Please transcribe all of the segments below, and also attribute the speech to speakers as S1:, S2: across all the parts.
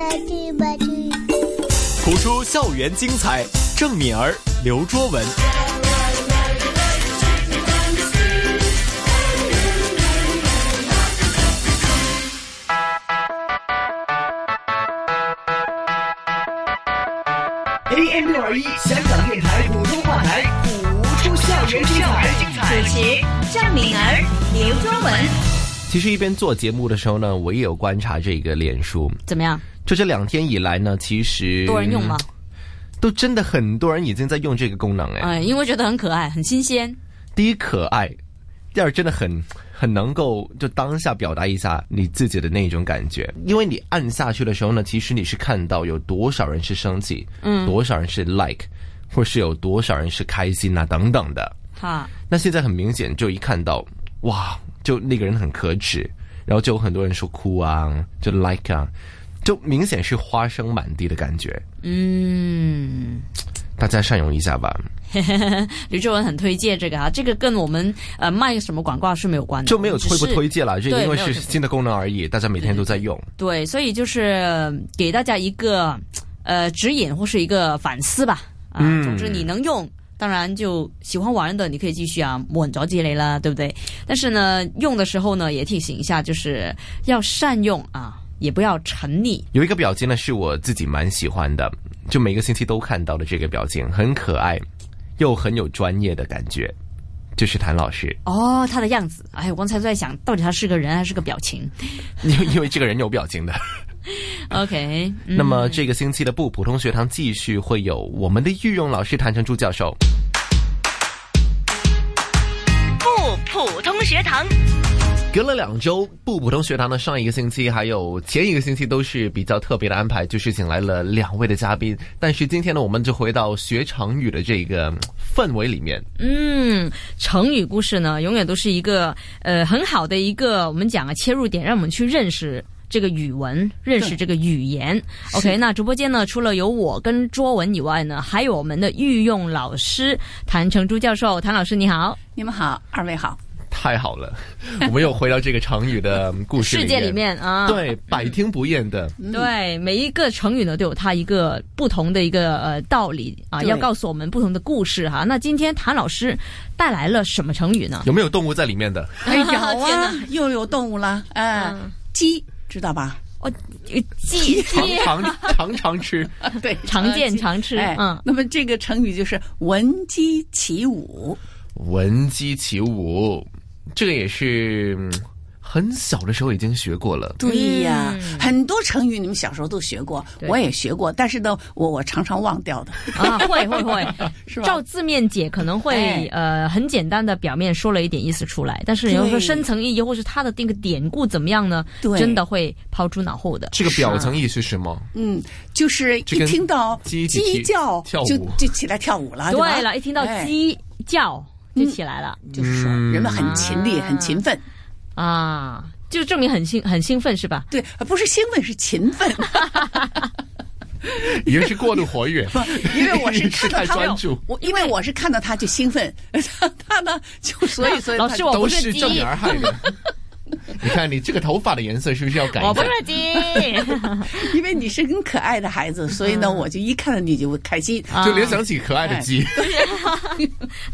S1: 吧去吧去。
S2: 谱出校园精彩，郑敏儿、刘卓文。
S3: AM 六二一香港电台普通话台，谱出校园精彩。
S4: 主持郑敏儿、刘卓文，
S5: 其实一边做节目的时候呢，我也有观察这个脸书，
S4: 怎么样？
S5: 就这两天以来呢，其实
S4: 多人用吗？？
S5: 都真的很多人已经在用这个功能哎。嗯
S4: 哎，因为觉得很可爱，很新鲜。
S5: 第一可爱，第二真的很很能够就当下表达一下你自己的那种感觉，因为你按下去的时候呢，其实你是看到有多少人是生气，嗯，多少人是 like，或是有多少人是开心啊等等的。
S4: 哈，
S5: 那现在很明显，就一看到哇，就那个人很可耻，然后就有很多人说哭啊，就 like 啊，就明显是花生满地的感觉。
S4: 嗯，
S5: 大家善用一下吧，
S4: 刘卓文很推荐这个啊，这个跟我们呃卖什么广告是没有关的，
S5: 就没有推不
S4: 只是
S5: 推荐了，就
S4: 对
S5: 因为
S4: 没有
S5: 是
S4: 推荐
S5: 新的功能而已，大家每天都在用。
S4: 对，所以就是呃给大家一个呃指引或是一个反思吧。啊，
S5: 嗯
S4: 总之你能用，当然就喜欢玩的你可以继续啊，稳着积累啦，对不对？但是呢，用的时候呢也提醒一下，就是要善用啊，也不要沉溺。
S5: 有一个表情呢，是我自己蛮喜欢的，就每个星期都看到的这个表情，很可爱，又很有专业的感觉，就是谭老师，
S4: 哦，他的样子，哎，我刚才在想到底他是个人还是个表情。
S5: 因为因为这个人有表情的。
S4: OK，嗯、
S5: 那么这个星期的不普通学堂继续会有我们的御用老师谭成珠教授。
S6: 不普通学堂，
S5: 隔了两周，不普通学堂的上一个星期还有前一个星期都是比较特别的安排，就是请来了两位的嘉宾。但是今天呢，我们就回到学成语的这个嗯氛围里面。
S4: 嗯，成语故事呢，永远都是一个呃很好的一个我们讲啊切入点，让我们去认识。这个语文认识这个语言，OK。那直播间呢，除了有我跟卓文以外呢，还有我们的御用老师谭成珠教授。谭老师你好，
S7: 你们好，二位好。
S5: 太好了，我们又回到这个成语的嗯故事
S4: 世界里面啊，
S5: 对，百听不厌的。
S7: 嗯
S4: 对，每一个成语呢都有它一个不同的一个呃道理啊，
S7: 对
S4: 要告诉我们不同的故事哈。那今天谭老师带来了什么成语呢？
S5: 有没有动物在里面的？
S7: 哎，有
S4: 天
S7: 啊
S4: 哪，
S7: 又有动物了，哎
S4: 嗯，
S7: 鸡知道吧？
S4: 呃鸡
S5: 常
S4: 鸡
S5: 常常常吃，
S7: 对，
S4: 常见
S7: 鸡
S4: 常吃
S7: 哎
S4: 嗯，
S7: 那么这个成语就是闻鸡起舞。
S5: 闻鸡起舞，这个也是嗯很小的时候已经学过了。
S7: 对呀
S4: 嗯，
S7: 很多成语你们小时候都学过，
S4: 对
S7: 我也学过，但是呢，我我常常忘掉的，
S4: 啊， 会会会，
S7: 是吧？
S4: 照字面解可能会、
S7: 哎
S4: 呃很简单的表面说了一点意思出来，但是你要说
S7: 对
S4: 深层意义或是它的那个典故怎么样呢？
S7: 对
S4: 真的会抛诸脑后的。
S5: 这个表层意思是什么？
S7: 嗯，就是
S5: 这
S7: 一
S5: 跟
S7: 听到
S5: 鸡起
S7: 鸡叫
S5: 跳舞
S7: 就就起来跳舞了，吧
S4: 对了，一听到
S7: 哎嗯
S4: 鸡叫就起来了、
S7: 就是说人们很勤力，
S4: 啊
S7: 很勤奋。
S4: 啊，就证明很兴很兴奋是吧？
S7: 对，不是兴奋，是勤奋。
S5: 已经是过度活跃，
S7: 因为我是
S5: 你是太
S7: 看到他
S5: 专注，
S7: 我因为我是看到他就兴奋， 他他呢就所以所以
S4: 老
S7: 他
S4: 师我
S5: 都
S4: 不
S5: 是
S4: 鸡，
S5: 正 眼儿害的。你看你这个头发的颜色是不是要改
S4: 我
S5: 一
S4: 不
S5: 下？
S4: 是鸡，
S7: 因为你是很可爱的孩子，所以
S4: 嗯
S7: 呢我就一看到你就开心。
S4: 啊
S5: 就联想起可爱的鸡，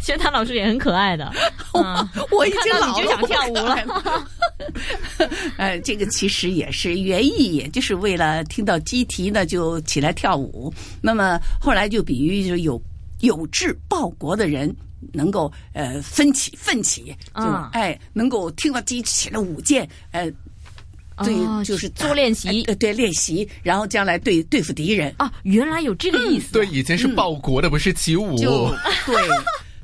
S4: 其实谭老师也很可爱的。嗯
S7: 我已经老
S4: 看到你
S7: 了，
S4: 就想跳舞了
S7: 了。 呃，这个其实也是原意，也就是为了听到鸡啼呢就起来跳舞。那么后来就比喻就是有有志报国的人。能够呃奋起奋起，就、
S4: 啊
S7: 哎能够听到鸡起了舞剑，呃对
S4: 哦
S7: 就是
S4: 做练习
S7: 呃，对，练习，然后将来对对付敌人，
S4: 啊，原来有这个意 思。
S5: 对，以前是报国的，不是起舞，
S7: 就
S4: 哦
S7: 对，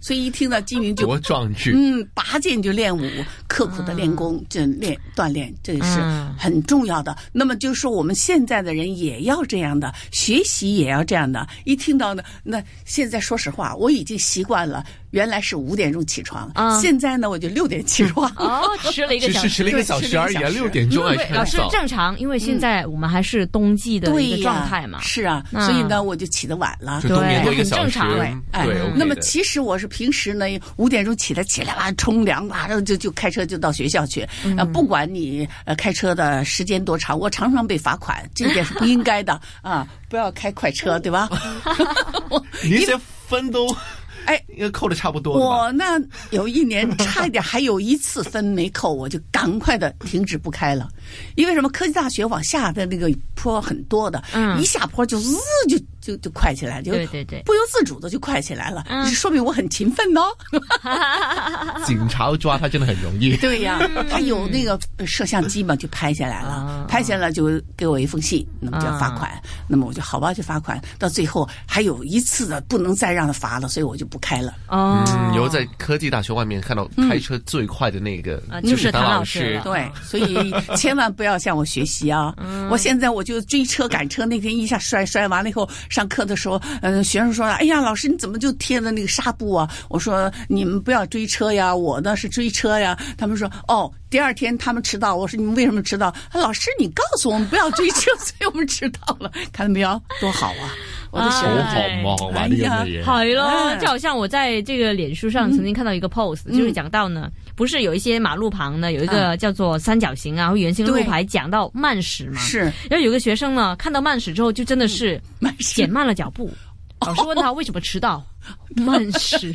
S7: 所以一听到鸡鸣就
S5: 多壮志。
S7: 嗯，拔剑就练武，刻苦的练功，这练锻炼，这是
S4: 嗯
S7: 很重要的。那么就是说，我们现在的人也要这样的，学习也要这样的。一听到呢，那现在说实话，我已经习惯了，原来是五点钟起床，
S4: 嗯
S7: 现在呢我就六点起 床。
S4: 哦，吃了一个
S5: 只
S4: 小
S5: 是
S4: 时。嗯
S5: 迟了一个小时而已啊，
S7: 对迟了一个小
S5: 六
S7: 时
S5: 点钟还是
S4: 老
S5: 很
S4: 师
S5: 早。
S4: 正常，因为现在我们还是冬季的
S7: 对
S4: 一个
S7: 呀
S4: 状态嘛。
S7: 是啊，
S4: 嗯
S7: 所以呢，我就起得晚了
S5: 就。冬眠多一个
S4: 对
S5: 小时
S4: 很正常，嗯
S7: 哎
S5: 对。
S7: 那么
S5: OK 的
S7: 其实我是平时呢五点钟起来起来哇冲凉哇，然后就就开车就到学校去。
S4: 嗯
S7: 呃，不管你呃开车的时间多长，我常常被罚款，这一点是不应该 的啊！不要开快车，
S4: 嗯
S7: 对吧？
S5: 你这分都
S7: 哎，
S5: 应该扣的差不多了吧？
S7: 我那有一年差一点还有一次分没扣，我就赶快的停止不开了，因为什么？科技大学往下的那个坡很多的，
S4: 嗯
S7: 一下坡就滋就就就快起来，就
S4: 对对对
S7: 不由自主的就快起来了，
S4: 嗯
S7: 说明我很勤奋哦。
S5: 警察抓他真的很容 易。
S7: 对呀，他有那个呃摄像机嘛，就拍下来
S4: 啊
S7: 了，拍下来就给我一封信，那么就要罚款。那么我就好吧，就罚款。到最后还有一次的不能再让他罚了，所以我就不开了。
S4: 哦，
S5: 嗯，以后在科技大学外面看到开车最快的那个
S4: 啊，
S5: 就
S4: 就是
S5: 唐
S4: 唐老
S5: 老
S4: 师
S5: 师
S4: 了。
S7: 对，所以千万不要向我学习啊！
S4: 嗯
S7: 我现在我就追车赶车，那天一下摔摔完了以后，上课的时候，嗯、学生说：“哎呀，老师你怎么就贴了那个纱布啊？”我说：“你们不要追车呀，我呢是追车呀。”他们说：“哦。”第二天他们迟到，我说：“你们为什么迟到？”啊老师，你告诉我们不要追车，所以我们迟到了。看到没有，多好啊！我的学
S5: 好
S7: 生
S4: 啊
S5: 好忙啊，呢樣嘅嘢。
S4: 系咯，
S7: 哎
S4: 就好像我在这个脸书上曾经看到一个 post，、就是讲到呢，不是有一些马路旁呢有一个叫做三角形啊或圆形的路
S7: 对
S4: 牌，讲到慢驶嘛。
S7: 是
S4: 然后有个学生呢看到慢驶之后，就真的是
S7: 慢事
S4: 减慢了脚步。老师问他为什么迟到，慢驶，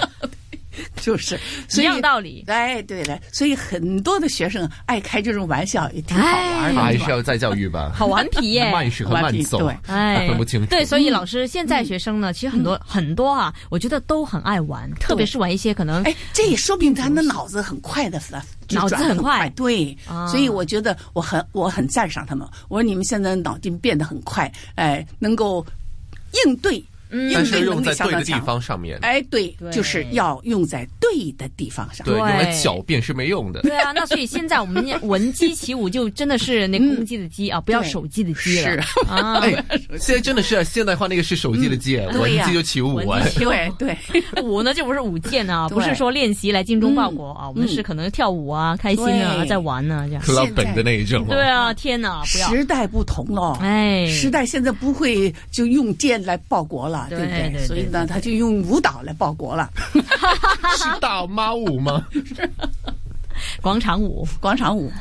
S7: 就是，
S4: 一
S7: 所以
S4: 样 道理。
S7: 哎，对了，所以很多的学生爱开这种玩笑，也挺好玩
S4: 哎
S7: 的。
S5: 还
S7: 对吧
S5: 哎是要再教育吧，
S4: 好顽皮耶、
S5: 慢学和慢走，
S7: 顽皮
S4: 哎
S5: 分不清，楚。
S4: 对，所以老师，现在学生呢，其实很多、很多啊，我觉得都很爱玩，特别是玩一些可能
S7: 哎，这也说明他的脑子很快的，就
S4: 嗯脑子
S7: 转
S4: 很
S7: 很
S4: 快
S7: 对，
S4: 啊
S7: 所以我觉得我很我很赞赏他们。我说你们现在脑筋变得很快，哎，能够应对，
S5: 但
S4: 嗯
S7: 应
S5: 是
S7: 对
S5: 用
S7: 能力
S5: 在
S7: 相
S5: 对
S7: 当
S5: 的地
S7: 强。
S5: 方上面，
S7: 哎，对，
S4: 对
S7: 就是要用在对的地方上。
S5: 对，
S4: 对
S5: 用来狡辩是没用的。
S4: 对啊，那所以现在我们闻鸡起舞就真的是那公鸡的鸡啊，不要手机的鸡了啊。
S5: 哎，现在真的是现代化，那个是手机的机，
S7: 嗯对
S5: 文
S7: 呀
S5: 字就起舞
S4: 文
S5: 哎
S4: 字。起
S7: 对对，
S4: 舞呢，这不是舞剑啊，
S7: 对
S4: 不是说练习来精忠报国啊，我们是可能跳舞啊、开心啊、
S7: 对
S4: 在玩呢、这样。
S5: club 本的那一种，哦
S4: 对， 啊，天哪，不要！
S7: 时代不同了。
S4: 哎
S7: 时代现在不会就用剑来报国了，
S4: 对
S7: 不
S4: 对对
S7: 所以呢，他就用舞蹈来报国了，
S5: 是大妈舞吗？
S4: 广场舞，
S7: 广场 舞。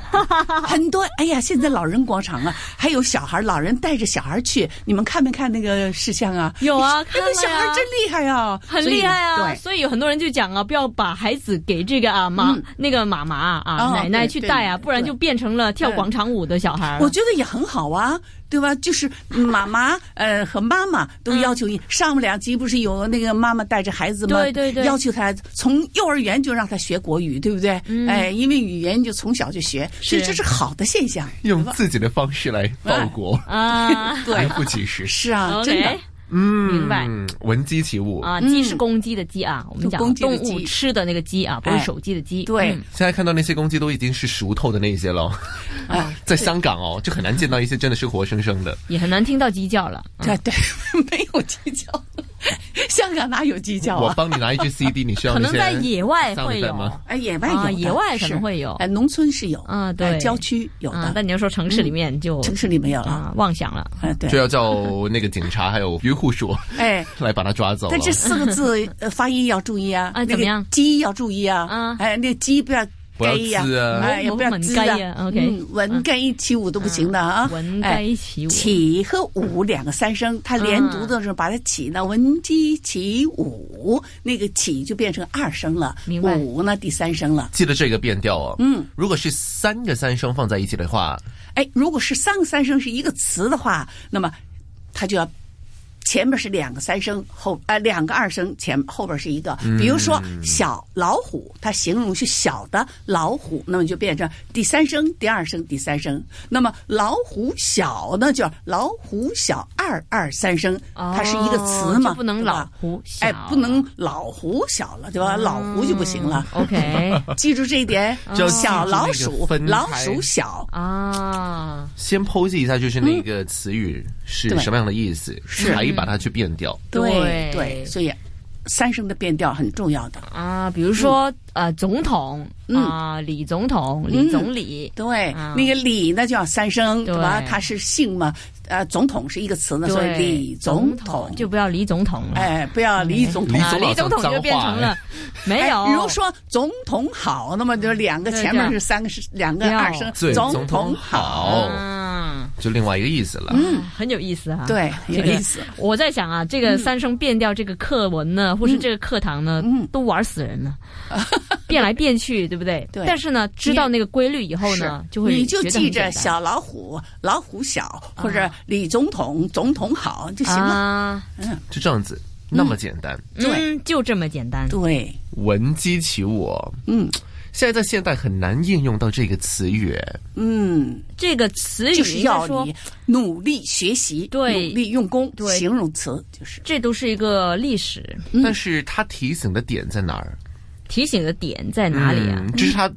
S7: 很多哎呀，现在老人广场啊，还有小孩儿，老人带着小孩儿去，你们看没看那个事项啊？
S4: 有啊
S7: 那
S4: 看了
S7: 个
S4: 呀
S7: 小孩儿真厉害啊，
S4: 很
S7: 所以
S4: 厉害啊！
S7: 对。
S4: 所以有很多人就讲啊，不要把孩子给这个啊妈、
S7: 嗯
S4: 那个妈妈啊、啊
S7: 哦
S4: 奶奶
S7: 对
S4: 去
S7: 对
S4: 带啊，
S7: 对
S4: 不然就变成了跳
S7: 对
S4: 广场舞的小孩儿了。
S7: 我觉得也很好啊，对吧？就是妈妈呃和妈妈都要求你上不两集，不是有那个妈妈带着孩子吗？
S4: 嗯对对对
S7: 要求他从幼儿园就让他学国语，对不对？哎，因为语言就从小就学，所以
S4: 嗯是
S7: 这是好的现象。
S5: 用自己的方式来报国，
S4: 啊
S5: 名
S7: 对，
S5: 副其实。
S7: 是啊，真的
S4: ，OK。
S5: 嗯，
S4: 明白
S5: 闻鸡起舞。
S4: 啊，鸡是公鸡的鸡啊，我们
S7: 就
S4: 讲
S7: 公鸡
S4: 动
S7: 的
S4: 物
S7: 鸡
S4: 吃的那个鸡啊，不是
S7: 哎
S4: 手机的鸡。
S7: 对
S4: 嗯
S5: 现在看到那些公鸡都已经是熟透的那一些了，
S7: 哎
S5: 在香港哦，就很难见到一些真的是活生生的。
S4: 也很难听到鸡叫了。嗯
S7: 对对，没有鸡 叫，香港哪有鸡叫
S5: 我
S7: 啊？
S5: 帮你拿一支 CD，你需要
S4: 可能
S5: 那些
S4: 在野外
S5: 上
S4: 会
S5: 一代
S4: 有
S5: 吗
S7: 哎，野外有
S4: 啊
S7: 的，
S4: 野外可
S7: 是
S4: 能会有
S7: 哎，农村是有，
S4: 啊
S7: 哎
S4: 对
S7: 郊区有
S4: 啊，
S7: 的，
S4: 但你要说城市里面就
S7: 城市里没有了，
S4: 啊妄想了。
S7: 哎，对
S5: 就，要叫那个警察还有渔护署
S7: 哎。
S5: 来把他抓走了
S7: 但。这四个 字呃发音要注意啊，
S4: 啊
S7: 那个
S4: 怎么样
S7: 鸡要注意啊，
S4: 啊
S7: 哎，那个鸡不要
S5: 不要
S7: 鸡呀
S5: 滋啊，
S7: 哎，也不要滋
S4: 文文鸡呀，OK 啊
S7: 嗯，文鸡起舞都不行的啊，
S4: 文
S7: 哎
S4: 该起舞，啊
S7: 起和舞两个三声，它连读的时候把它起呢，文鸡起舞，那个起就变成二声了，
S4: 明白
S7: 舞呢第三声了。
S5: 记得这个变调哦。
S7: 嗯，
S5: 如果是三个三声放在一起的话，
S7: 哎，如果是三个三声是一个词的话，那么它就要前面是两个三声，后呃两个二声，前后边是一个。比如说小老虎，它形容是小的老虎，那么就变成第三声、第二声、第三声。那么老虎小呢，就老虎小二二三声，
S4: 哦
S7: 它是一个词嘛，
S4: 就不能
S7: 对吧
S4: 老虎小
S7: 哎，不能老虎小了，对吧？老虎啊就不行了。
S4: 嗯 OK
S7: 记住这一点
S5: 就要，记住
S7: 小老
S5: 那个
S7: 鼠
S5: 分，开
S7: 老鼠小，
S4: 啊，
S5: 先剖析一下，就是那个词语是
S7: 嗯对嗯
S5: 什么样的意思，才把它去变调。
S4: 对
S7: 对所以三声的变调很重要的。
S4: 啊，比如说、呃，总统
S7: 嗯
S4: 啊，李总统、李总理，
S7: 对，
S4: 啊
S7: 那个李呢就要三声，
S4: 对
S7: 对吧？它是姓嘛，呃，总统是一个词呢，所以
S4: 对，
S7: 李总统
S4: 就不要李总统了。
S7: 哎，不要李总统
S5: 李
S4: 啊
S5: 总
S4: 李
S5: 老
S4: 总统
S5: 脏
S4: 就变
S5: 话
S4: 成
S5: 哎
S4: 了没有，
S7: 哎比如说总统好，那么就两个
S4: 对
S7: 前
S4: 这
S7: 面
S4: 样
S7: 是三个是两个
S4: 对
S7: 二声，
S5: 对
S7: 总
S5: 统
S7: 好，
S5: 好，
S4: 嗯，
S5: 就另外一个意思了。
S7: 嗯
S4: 很有意思啊。
S7: 对，
S4: 这
S7: 有
S4: 个
S7: 意思。
S4: 我在想啊，这个三声变调，这个课文呢，或是这个课堂呢，
S7: 嗯
S4: 都玩死 人了，变来变去，对不对？
S7: 对
S4: 但是呢，知道那个规律以后呢，
S7: 是
S4: 就会
S7: 你就
S4: 觉得很
S7: 记
S4: 简
S7: 着
S4: 单
S7: 小老虎，老虎小，或者李总统，总统好就行了。
S4: 啊，
S5: 就这样子，那么简单，
S4: 嗯，就这么简单。
S7: 对，
S5: 闻鸡起舞。
S7: 嗯
S5: 现在在现代很难应用到这个词语，
S7: 嗯，
S4: 这个词语
S7: 就是
S4: 应该
S7: 要
S4: 说
S7: 你，努力学习，
S4: 对
S7: 努力用功，
S4: 对
S7: 形容词就是
S4: 这都是一个历史
S7: 嗯
S5: 但是它提醒的点在哪儿？
S4: 提醒的点在哪里啊
S5: 嗯？就是它，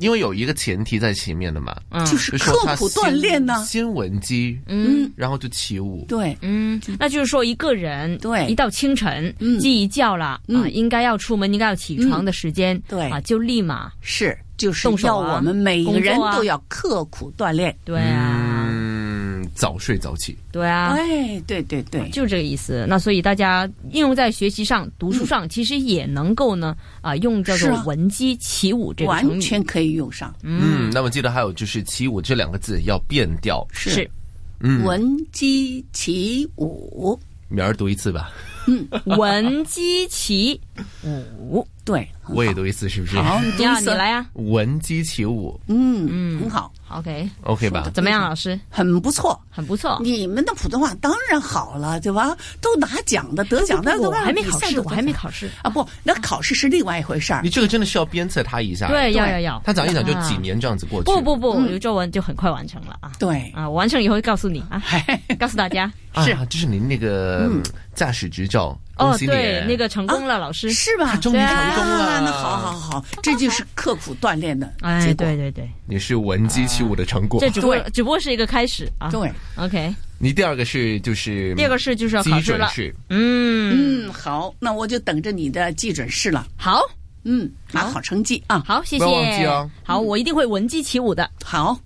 S5: 因为有一个前提在前面的嘛，
S4: 嗯
S7: 就是
S5: 就
S7: 刻
S5: 说它
S7: 苦
S5: 先
S7: 锻炼呢。
S5: 先闻鸡，
S4: 嗯。
S5: 然后就起舞。
S7: 对，
S4: 嗯，那就是说一个人
S7: 对
S4: 一到清晨，
S7: 嗯
S4: 记一觉了、啊，
S7: 嗯
S4: 应该要出门，应该要起床的时间，
S7: 对
S4: 啊，就立马
S7: 是就是
S4: 动手
S7: 要
S4: 啊
S7: 我们每个人
S4: 工作啊
S7: 都要刻苦锻炼。
S4: 对啊，
S5: 嗯，早睡早起，
S4: 对啊。
S7: 哎，对对对，
S4: 就这个意思，那所以大家应用在学习上、读书上，其实也能够呢，啊、用叫
S7: 嗯
S4: 做
S7: 是啊
S4: “闻鸡起舞”这个成
S7: 完
S4: 语，
S7: 全可以用上。
S5: 嗯，那么记得还有就是“起舞”这两个字要变调，
S4: 是
S5: 嗯，
S7: 闻鸡起舞，
S5: 苗儿读一次吧，
S4: “闻 鸡起舞
S7: 对，
S5: 我也读一次，是不是？
S7: 好，”。
S4: 你要
S7: 读一
S4: 你
S7: 次
S4: 来啊
S5: 闻鸡起舞
S7: 嗯
S4: 嗯
S7: 嗯，很好，
S4: ，OK，
S5: ，OK 吧？
S4: 怎么样，老师？
S7: 很不错。
S4: 很不错。
S7: 你们的普通话当然好了，对吧？都拿奖的，得奖的，
S4: 哎不
S7: 对
S4: 我
S7: 吧？
S4: 还没
S7: 比
S4: 考
S7: 赛
S4: 试，
S7: 都
S4: 我还没考试。
S7: 啊，不，那考试是另外一回事儿
S5: 你。这个真的需要鞭策他一下，
S4: 对，要
S7: 对
S4: 要要。
S5: 他讲一讲就
S4: 啊
S5: 几年这样子过去。嗯
S4: 不不不，刘作文就很快完成了啊。
S7: 对，
S4: 啊，我完成以后会告诉你啊， 告诉大家。
S5: 啊，
S7: 是
S5: 这是您那个驾驶执照，
S4: 嗯哦
S5: 恭，喜你！
S4: 对，那个成功了，老师。
S7: 是吧？
S5: 终于成
S7: 啊
S5: 功了，
S7: 那好好，好，这就是刻苦锻炼的
S4: 哎
S5: 啊
S7: 结，果。
S4: 对对对，
S5: 你是闻鸡起舞的成果
S4: 这。只不过
S7: 对
S4: 只不过是一个开始啊。
S7: 对，
S4: ，OK，
S5: 你第二个是就是
S4: 第二个是就是要考
S5: 基
S4: 试
S5: 准
S4: 了。
S5: 是
S4: 嗯，
S7: 嗯，好，那我就等着你的记准试了。
S4: 好，
S7: 嗯，拿好成绩啊。
S4: 好，谢
S5: 不要忘记
S4: 谢
S5: 哦。
S4: 好，我一定会闻鸡起舞的。
S7: 好，